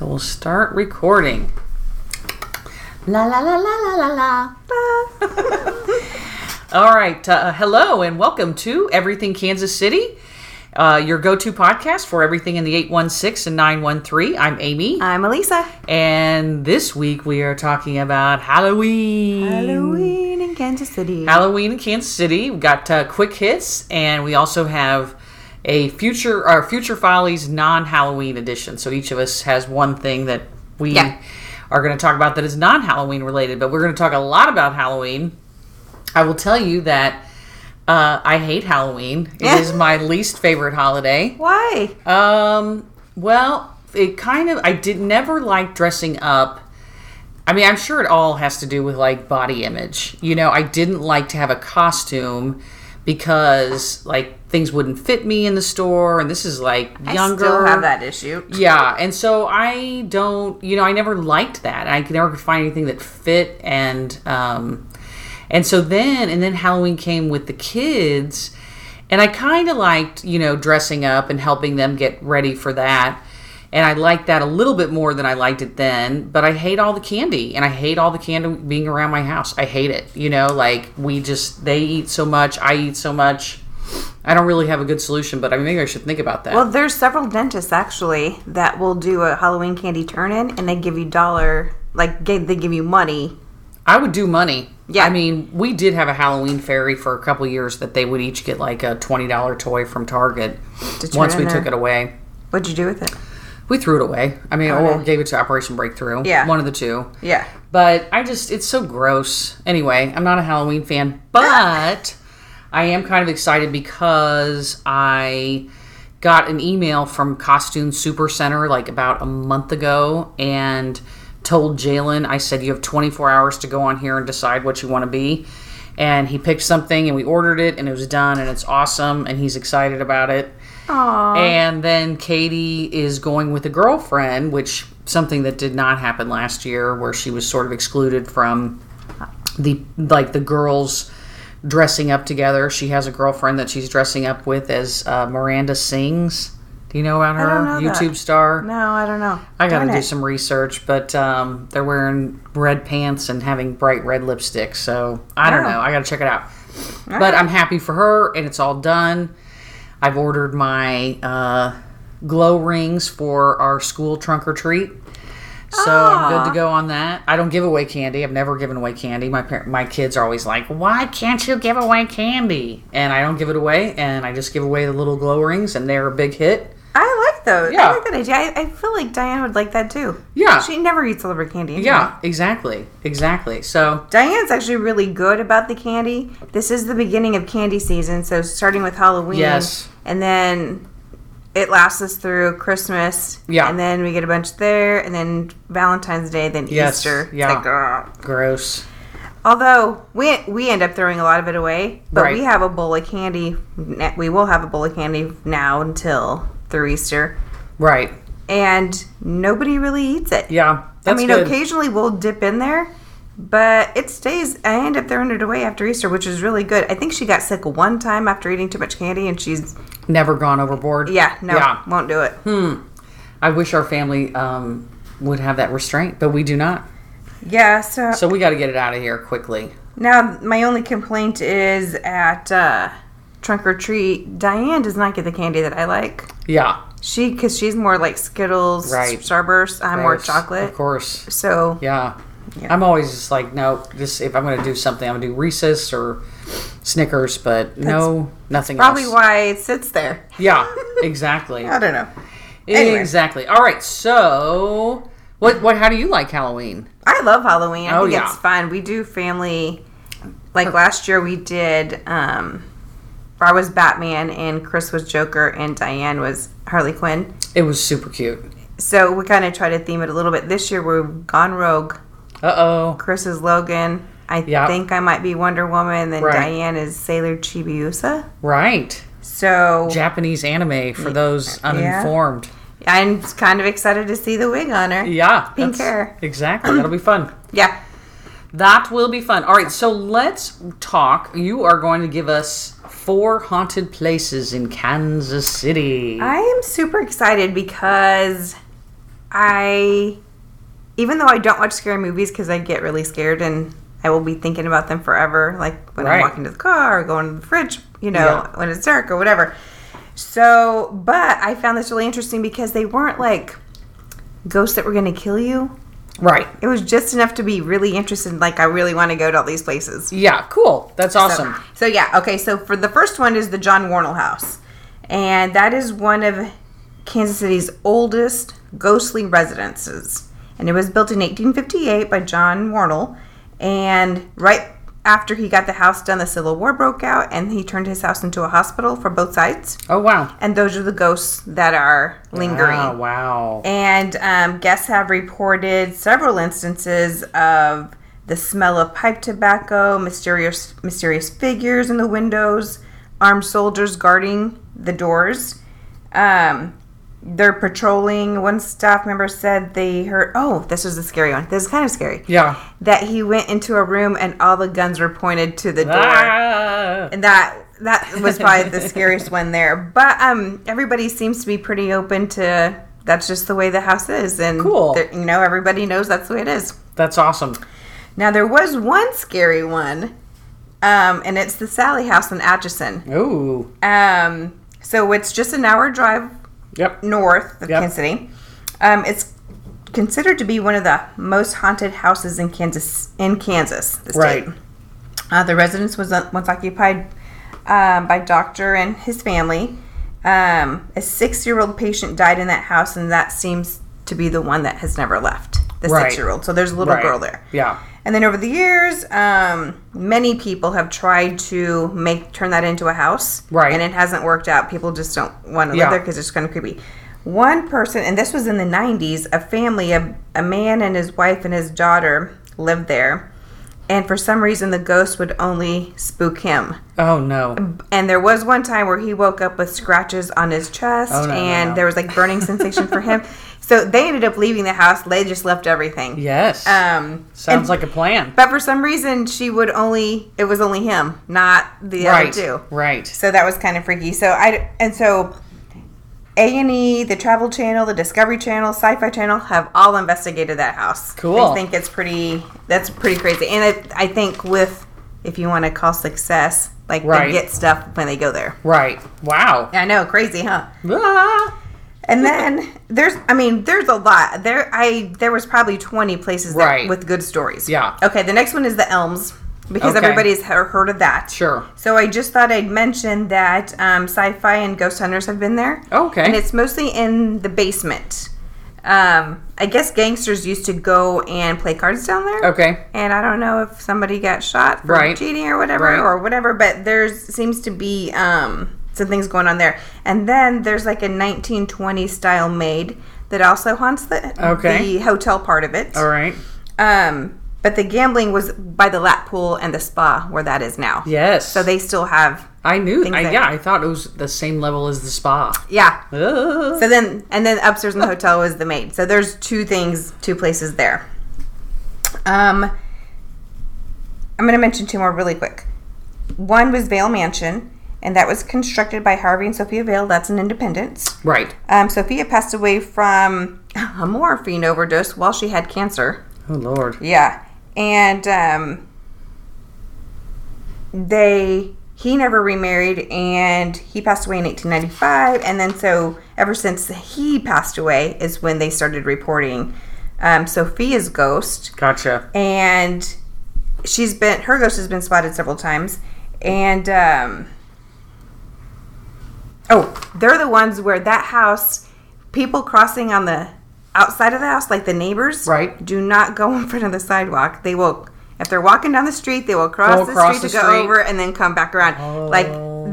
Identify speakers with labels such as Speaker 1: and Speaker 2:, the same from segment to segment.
Speaker 1: will start recording. La la la la la la la. All right. Uh, hello and welcome to Everything Kansas City, uh, your go to podcast for everything in the 816 and 913. I'm Amy.
Speaker 2: I'm Elisa.
Speaker 1: And this week we are talking about Halloween.
Speaker 2: Halloween in Kansas City.
Speaker 1: Halloween in Kansas City. We've got uh, quick hits, and we also have a future our future follies non-Halloween edition. So each of us has one thing that we
Speaker 2: Yeah.
Speaker 1: are going to talk about that is non-Halloween related. But we're going to talk a lot about Halloween. I will tell you that uh, I hate Halloween. It is my least favorite holiday.
Speaker 2: Why?
Speaker 1: Um. Well, it kind of. I did never like dressing up. I mean, I'm sure it all has to do with like body image. You know, I didn't like to have a costume because like things wouldn't fit me in the store, and this is like younger.
Speaker 2: I still have that issue.
Speaker 1: Yeah, and so I don't, you know, I never liked that. I could never could find anything that fit, and um, and so then, and then Halloween came with the kids, and I kind of liked, you know, dressing up and helping them get ready for that, and I liked that a little bit more than I liked it then. But I hate all the candy, and I hate all the candy being around my house. I hate it, you know, like we just they eat so much, I eat so much. I don't really have a good solution, but I maybe I should think about that.
Speaker 2: Well, there's several dentists actually that will do a Halloween candy turn-in, and they give you dollar, like g- they give you money.
Speaker 1: I would do money.
Speaker 2: Yeah.
Speaker 1: I mean, we did have a Halloween fairy for a couple years that they would each get like a twenty dollar toy from Target.
Speaker 2: To turn
Speaker 1: Once we
Speaker 2: in
Speaker 1: took it
Speaker 2: their-
Speaker 1: away,
Speaker 2: What'd you do with it?
Speaker 1: we threw it away. I mean, or
Speaker 2: Okay.
Speaker 1: gave it to Operation Breakthrough.
Speaker 2: Yeah.
Speaker 1: one of the two.
Speaker 2: Yeah.
Speaker 1: But I just, it's so gross. Anyway, I'm not a Halloween fan, but I am kind of excited because I got an email from Costume Super Center like about a month ago and told Jalen, I said, you have 24 hours to go on here and decide what you want to be. And he picked something and we ordered it and it was done and it's awesome and he's excited about it.
Speaker 2: Aww.
Speaker 1: And then Katie is going with a girlfriend, which something that did not happen last year, where she was sort of excluded from the like the girls dressing up together. She has a girlfriend that she's dressing up with as uh, Miranda sings. Do you know about her?
Speaker 2: don't know that.
Speaker 1: YouTube star.
Speaker 2: No, I don't know.
Speaker 1: I got to
Speaker 2: Darn
Speaker 1: do
Speaker 2: it.
Speaker 1: some research, but um, they're wearing red pants and having bright red lipstick. So I don't
Speaker 2: Wow.
Speaker 1: know. I got to check it out. but I'm happy for her, and it's all done. I've ordered my uh, glow rings for our school trunk or treat. So I'm good
Speaker 2: Ah.
Speaker 1: to go on that. I don't give away candy. I've never given away candy. My par- my kids are always like, "Why can't you give away candy?" And I don't give it away, and I just give away the little glow rings, and they're a big hit.
Speaker 2: I like those.
Speaker 1: Yeah.
Speaker 2: I like that idea. I, I feel like Diane would like that too.
Speaker 1: Yeah.
Speaker 2: She never eats all of her candy. anyway.
Speaker 1: Yeah, exactly, exactly. So
Speaker 2: Diane's actually really good about the candy. This is the beginning of candy season, so starting with Halloween.
Speaker 1: Yes.
Speaker 2: And then it lasts us through Christmas.
Speaker 1: Yeah.
Speaker 2: And then we get a bunch there, and then Valentine's Day, then
Speaker 1: Yes,
Speaker 2: Easter. It's
Speaker 1: yeah.
Speaker 2: like, ugh.
Speaker 1: gross.
Speaker 2: Although we we end up throwing a lot of it away, but
Speaker 1: Right.
Speaker 2: we have a bowl of candy. ne- We will have a bowl of candy now until through Easter,
Speaker 1: Right.
Speaker 2: and nobody really eats it.
Speaker 1: Yeah.
Speaker 2: I
Speaker 1: That's
Speaker 2: mean,
Speaker 1: good.
Speaker 2: occasionally we'll dip in there, but it stays. I end up throwing it away after Easter, which is really good. I think she got sick one time after eating too much candy, and she's
Speaker 1: Never gone overboard.
Speaker 2: yeah, no,
Speaker 1: Yeah.
Speaker 2: won't do it.
Speaker 1: I wish our family um, would have that restraint, but we do not.
Speaker 2: Yeah, so,
Speaker 1: So we got to get it out of here quickly.
Speaker 2: now my only complaint is at uh, trunk or treat. Diane does not get the candy that I like.
Speaker 1: Yeah.
Speaker 2: She because she's more like Skittles,
Speaker 1: Right.
Speaker 2: Starburst. I'm more
Speaker 1: Gross. Of
Speaker 2: chocolate.
Speaker 1: course.
Speaker 2: So
Speaker 1: Yeah.
Speaker 2: Yeah.
Speaker 1: I'm always just like, no, this if I'm gonna do something, I'm gonna do Reese's or Snickers, but no nothing
Speaker 2: probably
Speaker 1: else.
Speaker 2: why it sits there.
Speaker 1: Yeah, exactly.
Speaker 2: I don't know. anyway.
Speaker 1: exactly. All right, so what what how do you like Halloween?
Speaker 2: I love Halloween. I
Speaker 1: Oh,
Speaker 2: think
Speaker 1: yeah.
Speaker 2: it's fun. We do family. Like last year, we did. um I was Batman, and Chris was Joker, and Diane was Harley Quinn.
Speaker 1: It was super cute.
Speaker 2: So we kind of try to theme it a little bit. This year, we've gone rogue.
Speaker 1: Uh oh.
Speaker 2: Chris is Logan. I
Speaker 1: Yeah.
Speaker 2: think I might be Wonder Woman. Then
Speaker 1: Right.
Speaker 2: Diane is Sailor Chibiusa.
Speaker 1: Right.
Speaker 2: So
Speaker 1: Japanese anime for those uninformed.
Speaker 2: I'm kind of excited to see the wig on her.
Speaker 1: Yeah.
Speaker 2: Pink
Speaker 1: that's-
Speaker 2: hair.
Speaker 1: Exactly. That'll be fun.
Speaker 2: Yeah.
Speaker 1: That will be fun. All right, so let's talk. You are going to give us four haunted places in Kansas City.
Speaker 2: I am super excited because I, even though I don't watch scary movies because I get really scared and I will be thinking about them forever, like when
Speaker 1: Right.
Speaker 2: I'm walking to the car or going to the fridge, you know,
Speaker 1: Yeah.
Speaker 2: when it's dark or whatever. So, but I found this really interesting because they weren't like ghosts that were going to kill you.
Speaker 1: Right.
Speaker 2: It was just enough to be really interested. Like, I really want to go to all these places.
Speaker 1: Yeah. Cool. That's awesome.
Speaker 2: So, so yeah, okay. So for the first one is the John Warnell House, and that is one of Kansas City's oldest ghostly residences, and it was built in 1858 by John Warnell, and right after he got the house done, the Civil War broke out, and he turned his house into a hospital for both sides,
Speaker 1: Oh wow.
Speaker 2: and those are the ghosts that are lingering.
Speaker 1: Ah, wow.
Speaker 2: And um, guests have reported several instances of the smell of pipe tobacco, mysterious mysterious figures in the windows, armed soldiers guarding the doors. Um, they're patrolling. One staff member said they heard. Oh, this is a scary one. This is kind of scary.
Speaker 1: Yeah.
Speaker 2: That he went into a room and all the guns were pointed to the door
Speaker 1: Ah.
Speaker 2: and that that was probably the scariest one there. But um, everybody seems to be pretty open to that's just the way the house is, and
Speaker 1: Cool.
Speaker 2: there- You know, everybody knows that's the way it is.
Speaker 1: That's awesome.
Speaker 2: Now there was one scary one, um, and it's the Sally House in Atchison.
Speaker 1: Ooh.
Speaker 2: Um, so it's just an hour drive
Speaker 1: Yep.
Speaker 2: north of
Speaker 1: Yep.
Speaker 2: Kansas City. Um, it's considered to be one of the most haunted houses in Kansas. In Kansas, the
Speaker 1: Right.
Speaker 2: state. Uh, the residence was uh, once occupied um, by doctor and his family. Um, a six-year-old patient died in that house, and that seems to be the one that has never left. The
Speaker 1: Right.
Speaker 2: six-year-old. So there's a little
Speaker 1: Right.
Speaker 2: girl there.
Speaker 1: Yeah.
Speaker 2: And then over the years, um, many people have tried to make turn that into a house,
Speaker 1: Right.
Speaker 2: And it hasn't worked out. People just don't want to
Speaker 1: Yeah.
Speaker 2: live there because it's kind of creepy. One person, and this was in the '90s, a family, a, a man and his wife and his daughter lived there, and for some reason, the ghost would only spook him.
Speaker 1: Oh no.
Speaker 2: And there was one time where he woke up with scratches on his chest,
Speaker 1: Oh, no, no,
Speaker 2: and
Speaker 1: no.
Speaker 2: there was like burning sensation for him. So they ended up leaving the house. They just left everything.
Speaker 1: Yes.
Speaker 2: Um,
Speaker 1: Sounds like a plan.
Speaker 2: but for some reason, she would only, it was only him, not the
Speaker 1: Right.
Speaker 2: other two.
Speaker 1: Right.
Speaker 2: So that was kind of freaky. So I, and so A&E, the Travel Channel, the Discovery Channel, Sci-Fi Channel have all investigated that house.
Speaker 1: Cool.
Speaker 2: I think it's pretty, that's pretty crazy. And I, I think with, if you want to call success, like
Speaker 1: Right.
Speaker 2: they get stuff when they go there.
Speaker 1: Right. Wow.
Speaker 2: I know, crazy, huh?
Speaker 1: Ah.
Speaker 2: And then there's, I mean, there's a lot there. I there was probably twenty places that-
Speaker 1: Right.
Speaker 2: with good stories.
Speaker 1: Yeah.
Speaker 2: Okay. The next one is the Elms because
Speaker 1: Okay.
Speaker 2: everybody's he- heard of that.
Speaker 1: Sure.
Speaker 2: So I just thought I'd mention that um, sci-fi and ghost hunters have been there.
Speaker 1: Okay.
Speaker 2: And it's mostly in the basement. Um, I guess gangsters used to go and play cards down there.
Speaker 1: Okay.
Speaker 2: And I don't know if somebody got shot for
Speaker 1: Right.
Speaker 2: cheating or whatever
Speaker 1: Right.
Speaker 2: or whatever, but there seems to be um, some things going on there. And then there's like a 1920s style maid that also haunts the
Speaker 1: Okay.
Speaker 2: the hotel part of it.
Speaker 1: All right.
Speaker 2: Um, but the gambling was by the lap pool and the spa where that is now.
Speaker 1: Yes.
Speaker 2: So they still have
Speaker 1: I knew.
Speaker 2: Things
Speaker 1: I,
Speaker 2: that-
Speaker 1: yeah, I thought it was the same level as the spa.
Speaker 2: yeah.
Speaker 1: Ugh.
Speaker 2: So then, and then upstairs in the hotel was the maid. So there's two things, two places there. Um, I'm going to mention two more really quick. One was Vale Mansion, and that was constructed by Harvey and Sophia Vale. That's an independence.
Speaker 1: Right.
Speaker 2: Um, Sophia passed away from a morphine overdose while she had cancer.
Speaker 1: Oh Lord.
Speaker 2: Yeah, and um, they he never remarried, and he passed away in 1895, and then so ever since he passed away is when they started reporting um, Sophia's ghost,
Speaker 1: Gotcha.
Speaker 2: and she's been her ghost has been spotted several times, and um, oh, they're the ones where that house people crossing on the outside of the house, like the neighbors,
Speaker 1: Right.
Speaker 2: do not go in front of the sidewalk. They will, if they're walking down the street, they will cross
Speaker 1: Go
Speaker 2: the
Speaker 1: across
Speaker 2: street
Speaker 1: the
Speaker 2: to go
Speaker 1: street.
Speaker 2: over and then come back around. Like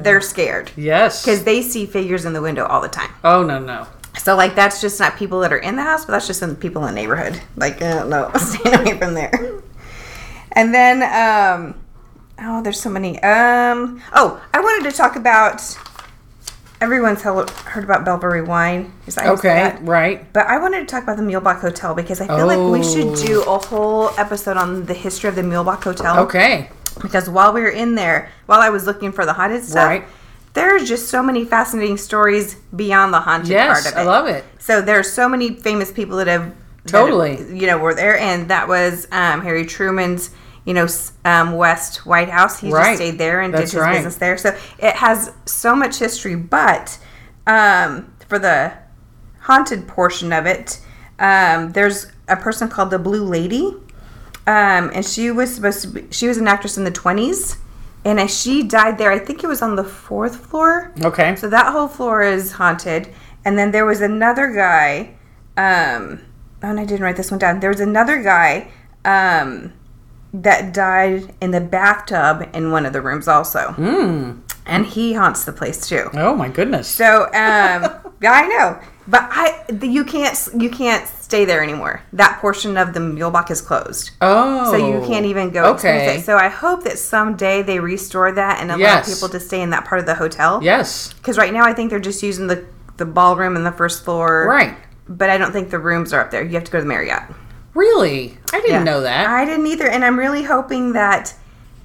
Speaker 2: they're scared
Speaker 1: Yes.
Speaker 2: because they see figures in the window all the time.
Speaker 1: Oh no no.
Speaker 2: So like that's just not people that are in the house, but that's just in people in the neighborhood. Like I don't know, staying away from there. And then um, oh, there's so many. Um, oh, I wanted to talk about. Everyone's hel- heard about Belbury wine. Is that
Speaker 1: Okay. Right.
Speaker 2: but I wanted to talk about the Mulebach Hotel because I feel like we should
Speaker 1: Oh.
Speaker 2: do a whole episode on the history Oh, of the Mulebach Hotel.
Speaker 1: Okay.
Speaker 2: Because while we were in there, while I was looking for the haunted stuff,
Speaker 1: Right.
Speaker 2: There's just so many fascinating stories beyond the haunted
Speaker 1: Yes,
Speaker 2: part of it.
Speaker 1: I love it.
Speaker 2: So there's so many famous people that have that have,
Speaker 1: Totally.
Speaker 2: you know, were there, and that was um, Harry Truman's, you know, s- um, West White House. He
Speaker 1: Right.
Speaker 2: just stayed there and
Speaker 1: That's
Speaker 2: did his
Speaker 1: right.
Speaker 2: business there. So it has so much history, but um, for the haunted portion of it, um, there's a person called the Blue Lady, um, and she was supposed to be. She was an actress in the 20s, and as she died there, I think it was on the fourth floor.
Speaker 1: Okay.
Speaker 2: So that whole floor is haunted. And then there was another guy. Um, oh, and I didn't write this one down. There was another guy um, that died in the bathtub in one of the rooms, also.
Speaker 1: Hmm?
Speaker 2: Mm. And he haunts the place too.
Speaker 1: Oh my goodness.
Speaker 2: So um, yeah, I know, but I the- you can't you can't stay there anymore. That portion of the Mulebach is closed.
Speaker 1: Oh.
Speaker 2: So you can't even go experience
Speaker 1: Okay.
Speaker 2: it. So I hope that someday they restore that and allow
Speaker 1: Yes.
Speaker 2: people to stay in that part of the hotel
Speaker 1: Yes.
Speaker 2: because right now I think they're just using the the ballroom and the first floor.
Speaker 1: Right.
Speaker 2: But I don't think the rooms are up there. You have to go to the Marriott.
Speaker 1: Really? I didn't know that.
Speaker 2: I didn't either, and I'm really hoping that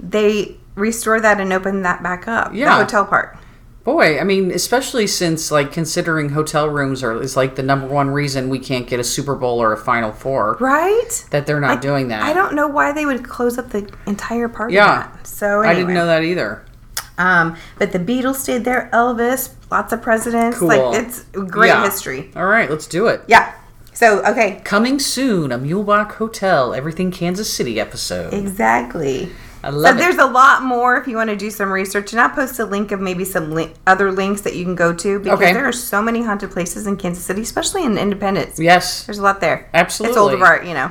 Speaker 2: they restore that and open that back up.
Speaker 1: Yeah.
Speaker 2: The hotel part.
Speaker 1: Boy, I mean, especially since like considering hotel rooms are is like the number one reason we can't get a Super Bowl or a Final Four
Speaker 2: Right.
Speaker 1: that they're not doing that.
Speaker 2: I don't know why they would close up the entire part. of
Speaker 1: Yeah.
Speaker 2: that. So
Speaker 1: I didn't know that either.
Speaker 2: Um, but the Beatles stayed there. Elvis, lots of presidents.
Speaker 1: Cool.
Speaker 2: Like it's great
Speaker 1: Yeah.
Speaker 2: history.
Speaker 1: All right, let's do it.
Speaker 2: Yeah. So okay,
Speaker 1: Coming soon, a Mulebach Hotel, everything Kansas City episode.
Speaker 2: Exactly.
Speaker 1: I love
Speaker 2: so
Speaker 1: it.
Speaker 2: there's a lot more if you want to do some research, and I'll post a link of maybe some link, other links that you can go to because
Speaker 1: Okay.
Speaker 2: there are so many haunted places in Kansas City, especially in Independence.
Speaker 1: Yes.
Speaker 2: There's a lot there.
Speaker 1: Absolutely.
Speaker 2: it's old art, you know.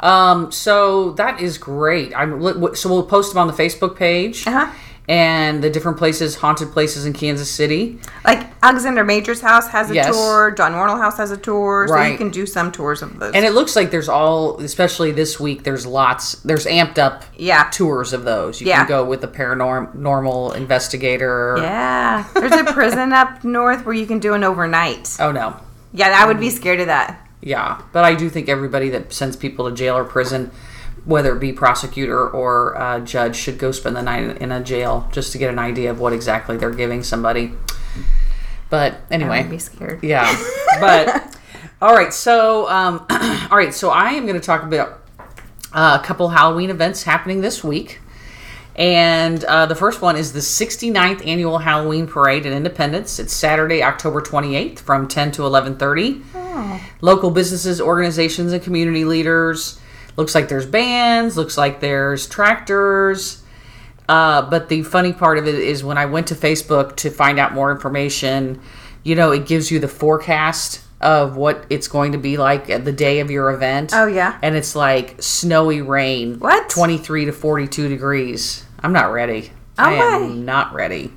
Speaker 1: Um, so that is great. I'm li- w- so we'll post them on the Facebook page
Speaker 2: Uh-huh.
Speaker 1: and the different places, haunted places in Kansas City.
Speaker 2: Like Alexander Major's house has a
Speaker 1: Yes.
Speaker 2: tour, John Warnell house has a tour, so
Speaker 1: Right.
Speaker 2: you can do some tours of those.
Speaker 1: And it looks like there's all, especially this week, there's lots, there's amped up
Speaker 2: yeah,
Speaker 1: tours of those. You
Speaker 2: Yeah.
Speaker 1: can go with a paranormal investigator.
Speaker 2: yeah. There's a prison up north where you can do an overnight.
Speaker 1: Oh no.
Speaker 2: Yeah, I would be scared of that.
Speaker 1: Yeah, but I do think everybody that sends people to jail or prison, whether it be prosecutor or uh, judge, should go spend the night in a jail just to get an idea of what exactly they're giving somebody. But
Speaker 2: I'd
Speaker 1: anyway,
Speaker 2: be scared.
Speaker 1: yeah. But all right, so um, all right, so I am going to talk about uh, a couple Halloween events happening this week. And uh, the first one is the 69th annual Halloween parade in Independence. It's Saturday, October 28th, from 10 to 11:30.
Speaker 2: Oh.
Speaker 1: Local businesses, organizations, and community leaders. Looks like there's bands. Looks like there's tractors. Uh, but the funny part of it is when I went to Facebook to find out more information, you know, it gives you the forecast of what it's going to be like at the day of your event.
Speaker 2: Oh, yeah.
Speaker 1: And it's like snowy rain.
Speaker 2: What?
Speaker 1: 23 to 42 degrees. I'm not ready.
Speaker 2: Oh,
Speaker 1: I
Speaker 2: my.
Speaker 1: am not ready.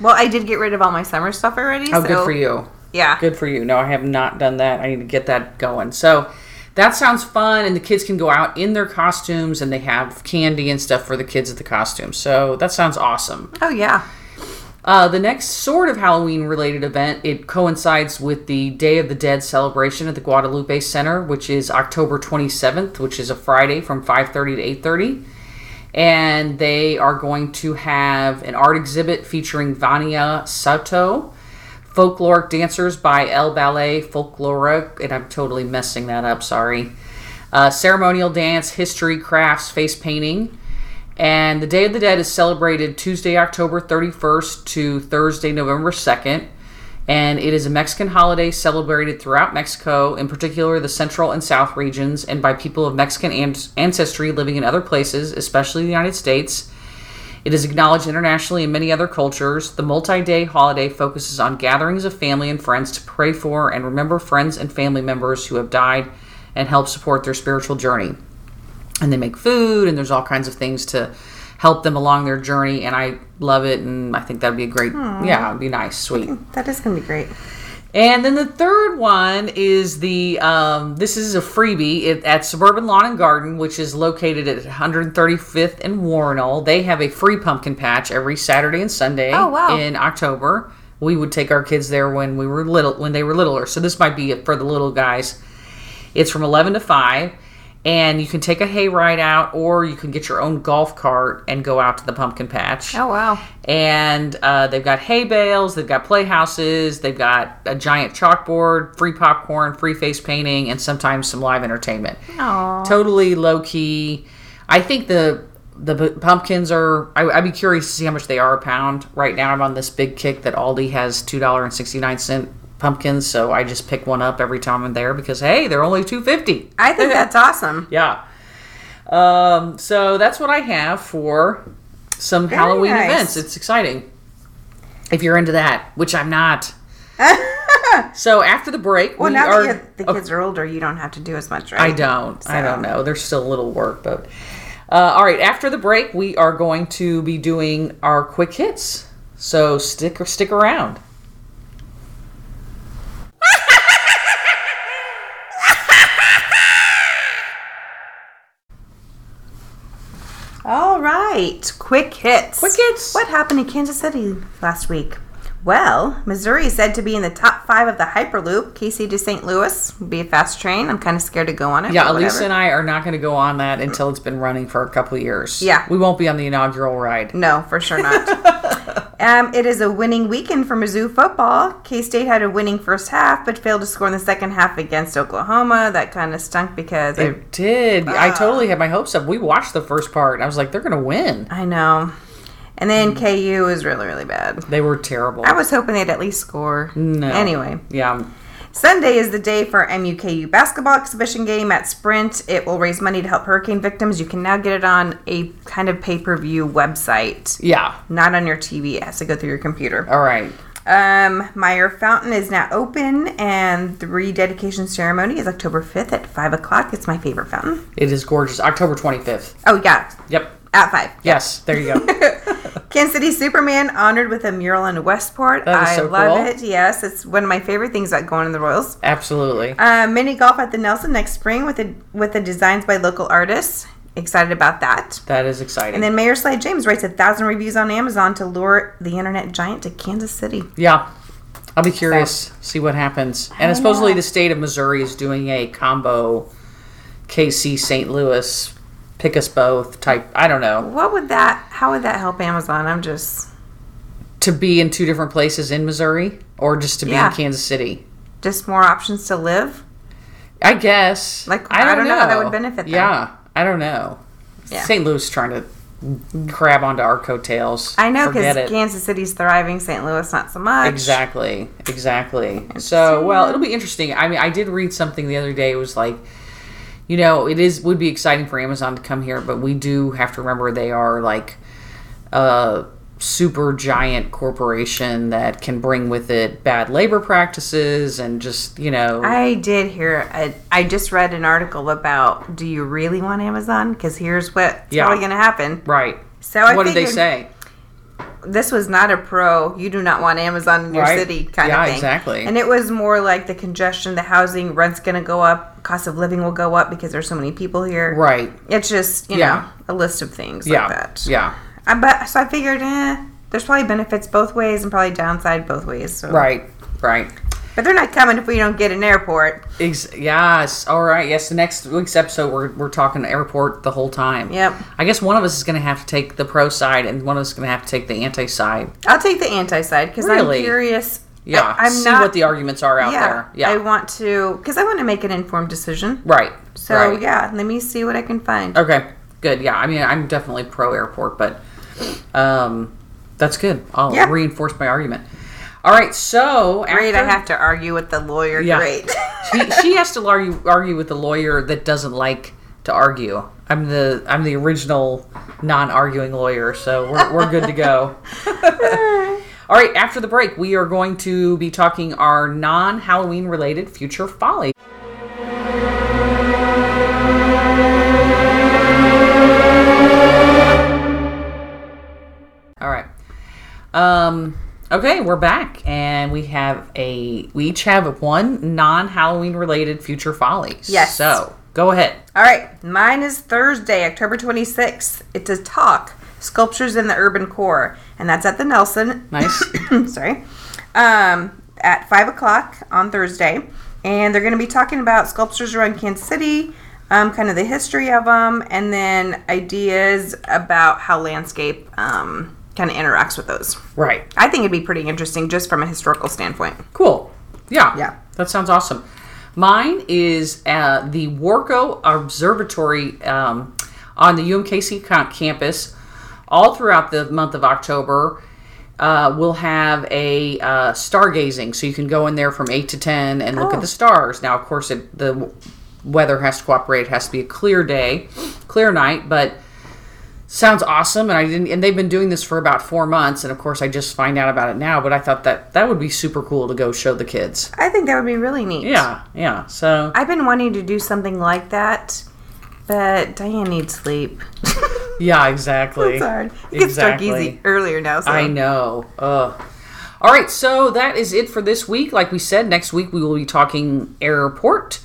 Speaker 2: Well, I did get rid of all my summer stuff already.
Speaker 1: Oh,
Speaker 2: so
Speaker 1: good for you.
Speaker 2: Yeah.
Speaker 1: Good for you. No, I have not done that. I need to get that going. So that sounds fun. And the kids can go out in their costumes and they have candy and stuff for the kids at the costumes. So that sounds awesome.
Speaker 2: Oh yeah.
Speaker 1: Uh, the next sort of Halloween related event, it coincides with the Day of the Dead celebration at the Guadalupe Center, which is October 27th, which is a Friday from 5:30 to 8:30. And they are going to have an art exhibit featuring Vania Sato, folkloric dancers by El Ballet Folkloric, and I'm totally messing that up, sorry. Uh, ceremonial dance, history, crafts, face painting. And the Day of the Dead is celebrated Tuesday, October 31st to Thursday, November 2nd. And it is a Mexican holiday celebrated throughout Mexico, in particular the central and south regions, and by people of Mexican an- ancestry living in other places, especially the United States. It is acknowledged internationally in many other cultures. The multi day holiday focuses on gatherings of family and friends to pray for and remember friends and family members who have died and help support their spiritual journey and they make food and there's all kinds of things to help them along their journey and i love it and i think that'd be a great yeah it'd be nice sweet
Speaker 2: That is gonna be great.
Speaker 1: and then the third one is the um, this is a freebie it, at Suburban Lawn and Garden, which is located at 135th and Warrenall. They have a free pumpkin patch every Saturday and Sunday
Speaker 2: Oh, wow.
Speaker 1: in October. We would take our kids there when we were little when they were littler. So this might be it for the little guys. It's from 11 to 5 and you can take a hayride out, or you can get your own golf cart and go out to the pumpkin patch.
Speaker 2: Oh wow.
Speaker 1: And uh, they've got hay bales, they've got playhouses, they've got a giant chalkboard, free popcorn, free face painting, and sometimes some live entertainment.
Speaker 2: Aw.
Speaker 1: Totally low key. I think the the bu- pumpkins are. I, I'd be curious to see how much they are a pound. Right now, I'm on this big kick that Aldi has two dollar and sixty nine cent pumpkins, so I just pick one up every time I'm there because hey, they're only two fifty.
Speaker 2: I think that's awesome.
Speaker 1: Yeah. Um, so that's what I have for some
Speaker 2: Very
Speaker 1: Halloween
Speaker 2: nice.
Speaker 1: events. It's exciting. If you're into that, which I'm not. so after the break,
Speaker 2: Well,
Speaker 1: we
Speaker 2: now
Speaker 1: are.
Speaker 2: that you- the
Speaker 1: oh,
Speaker 2: kids are older, you don't have to do as much,
Speaker 1: I
Speaker 2: right?
Speaker 1: don't. I
Speaker 2: So.
Speaker 1: don't know. There's still a little work, but. Uh, all right, after the break, we are going to be doing our quick hits. So stick stick around.
Speaker 2: All right, quick hits.
Speaker 1: Quick hits.
Speaker 2: What happened in Kansas City last week? Well, Missouri is said to be in the top five of the Hyperloop. KC to St. Louis would be a fast train. I'm kind of scared to go on it.
Speaker 1: Yeah,
Speaker 2: but
Speaker 1: Elisa
Speaker 2: whatever.
Speaker 1: and I are not going to go on that until it's been running for a couple of years.
Speaker 2: Yeah.
Speaker 1: we won't be on the inaugural ride.
Speaker 2: No, for sure not. um, it is a winning weekend for Mizzou football. K State had a winning first half, but failed to score in the second half against Oklahoma. That kind of stunk because I,
Speaker 1: It did. I
Speaker 2: Ah.
Speaker 1: totally had my hopes up. We watched the first part. And I was like, they're going to win.
Speaker 2: I know. And then KU is really, really bad.
Speaker 1: They were terrible.
Speaker 2: I was hoping they'd at least score.
Speaker 1: No.
Speaker 2: Anyway,
Speaker 1: yeah. um,
Speaker 2: Sunday is the day for MUKU basketball exhibition game at Sprint. It will raise money to help hurricane victims. You can now get it on a kind of pay per view website,
Speaker 1: Yeah.
Speaker 2: not on your TV. It has to go through your computer.
Speaker 1: All right.
Speaker 2: Um, Meyer Fountain is now open, and the rededication ceremony is October 5th at 5 o'clock. It's my favorite fountain.
Speaker 1: It is gorgeous. October 25th.
Speaker 2: Oh, yeah,
Speaker 1: Yep.
Speaker 2: at 5.
Speaker 1: Yes. There you go.
Speaker 2: Kansas City Superman honored with a mural in Westport.
Speaker 1: That is
Speaker 2: I
Speaker 1: so
Speaker 2: love
Speaker 1: cool.
Speaker 2: it. Yes, it's one of my favorite things about going to the Royals.
Speaker 1: Absolutely.
Speaker 2: Uh, mini golf at the Nelson next spring with the, with the designs by local artists. Excited about that.
Speaker 1: That is exciting.
Speaker 2: And then Mayor Slade James writes a thousand reviews on Amazon to lure the internet giant to Kansas City.
Speaker 1: yeah. I'll be curious. See what happens. And supposedly the state of Missouri is doing a combo KC St. Louis pick us both type. I don't know.
Speaker 2: What would that? How would that help Amazon? I'm just
Speaker 1: To be in two different places in Missouri or just to be
Speaker 2: Yeah.
Speaker 1: in Kansas City.
Speaker 2: just more options to live.
Speaker 1: I guess.
Speaker 2: Like, I don't know how that would benefit them.
Speaker 1: Yeah, I don't know.
Speaker 2: Yeah.
Speaker 1: St. Louis is trying to grab onto our coattails.
Speaker 2: I know
Speaker 1: Forget
Speaker 2: because
Speaker 1: it.
Speaker 2: Kansas City's thriving, St. Louis not so much.
Speaker 1: Exactly. Exactly. So, well, it'll be interesting. I mean, I did read something the other day. It was like, you know, it is would be exciting for Amazon to come here, but we do have to remember they are like a super giant corporation that can bring with it bad labor practices and just you know
Speaker 2: I did hear. I, I just read an article about. Do you really want Amazon? Because here's what's
Speaker 1: Yeah.
Speaker 2: probably going to happen.
Speaker 1: right.
Speaker 2: So I
Speaker 1: what did they
Speaker 2: figured-
Speaker 1: say?
Speaker 2: This was not a pro. You do not want Amazon in your
Speaker 1: Right.
Speaker 2: city kind
Speaker 1: Yeah,
Speaker 2: of thing.
Speaker 1: exactly.
Speaker 2: And it was more like the congestion, the housing, rent's going to go up, cost of living will go up because there's so many people here.
Speaker 1: Right.
Speaker 2: It's just you
Speaker 1: Yeah.
Speaker 2: know a list of things
Speaker 1: Yeah.
Speaker 2: like that.
Speaker 1: Yeah.
Speaker 2: I, but so I figured, eh, there's probably benefits both ways and probably downside both ways. So.
Speaker 1: Right, right.
Speaker 2: But they're not coming if we don't get an airport.
Speaker 1: Ex- yes. All right. Yes. The next week's episode, we're, we're talking airport the whole time.
Speaker 2: Yep.
Speaker 1: I guess one of us is going to have to take the pro side, and one of us is going to have to take the anti side.
Speaker 2: I'll take the anti side because
Speaker 1: Really?
Speaker 2: I'm curious.
Speaker 1: Yeah.
Speaker 2: I, am
Speaker 1: see
Speaker 2: not.
Speaker 1: what the arguments are out
Speaker 2: yeah,
Speaker 1: there. Yeah.
Speaker 2: I want to because I want to make an informed decision.
Speaker 1: right.
Speaker 2: So
Speaker 1: right.
Speaker 2: yeah, let me see what I can find.
Speaker 1: Okay. Good. Yeah. I mean, I'm definitely pro airport, but um, that's good. I'll
Speaker 2: Yeah.
Speaker 1: reinforce my argument. All right. So
Speaker 2: Great, I
Speaker 1: after-
Speaker 2: have to argue with the lawyer.
Speaker 1: Yeah.
Speaker 2: Great.
Speaker 1: she, she has to argue argue with the lawyer that doesn't like to argue. I'm the I'm the original non-arguing lawyer, so we're we're good to go. All right, after the break, we are going to be talking our non-Halloween related future folly. All right. Um, okay, we're back, and we have a we each have one non-Halloween related future folly.
Speaker 2: Yes.
Speaker 1: So go ahead.
Speaker 2: All right, mine is Thursday, October 26th. It's a talk, Sculptures in the Urban Core, and that's at the Nelson.
Speaker 1: Nice.
Speaker 2: sorry, um, at five o'clock on Thursday, and they're going to be talking about sculptures around Kansas City, um, kind of the history of them, and then ideas about how landscape um, kind of interacts with those.
Speaker 1: Right.
Speaker 2: I think it'd be pretty interesting just from a historical standpoint.
Speaker 1: Cool. Yeah.
Speaker 2: Yeah.
Speaker 1: That sounds awesome. Mine is uh, the Warco Observatory um, on the UMKC com- campus. All throughout the month of October, uh, we'll have a uh, stargazing, so you can go in there from eight to ten and look
Speaker 2: Oh.
Speaker 1: at the stars. Now, of course, it, the w- weather has to cooperate; it has to be a clear day, clear night, but sounds awesome and i didn't and they've been doing this for about four months and of course i just find out about it now but i thought that that would be super cool to go show the kids
Speaker 2: I think that would be really neat.
Speaker 1: yeah yeah so
Speaker 2: I've been wanting to do something like that, but Diane needs sleep.
Speaker 1: yeah exactly
Speaker 2: it's hard. It gets dark easy earlier now. So.
Speaker 1: i know Ugh. all right so that is it for this week like we said next week we will be talking airport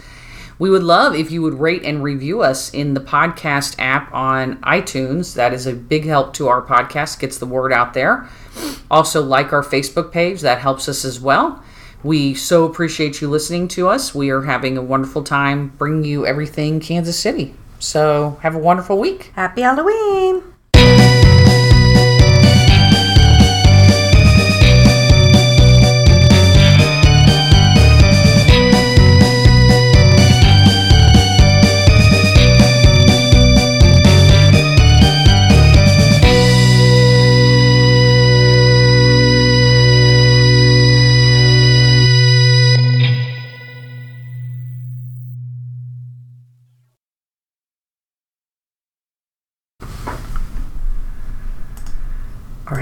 Speaker 1: we would love if you would rate and review us in the podcast app on iTunes. That is a big help to our podcast, gets the word out there. Also, like our Facebook page, that helps us as well. We so appreciate you listening to us. We are having a wonderful time bringing you everything Kansas City. So, have a wonderful week.
Speaker 2: Happy Halloween!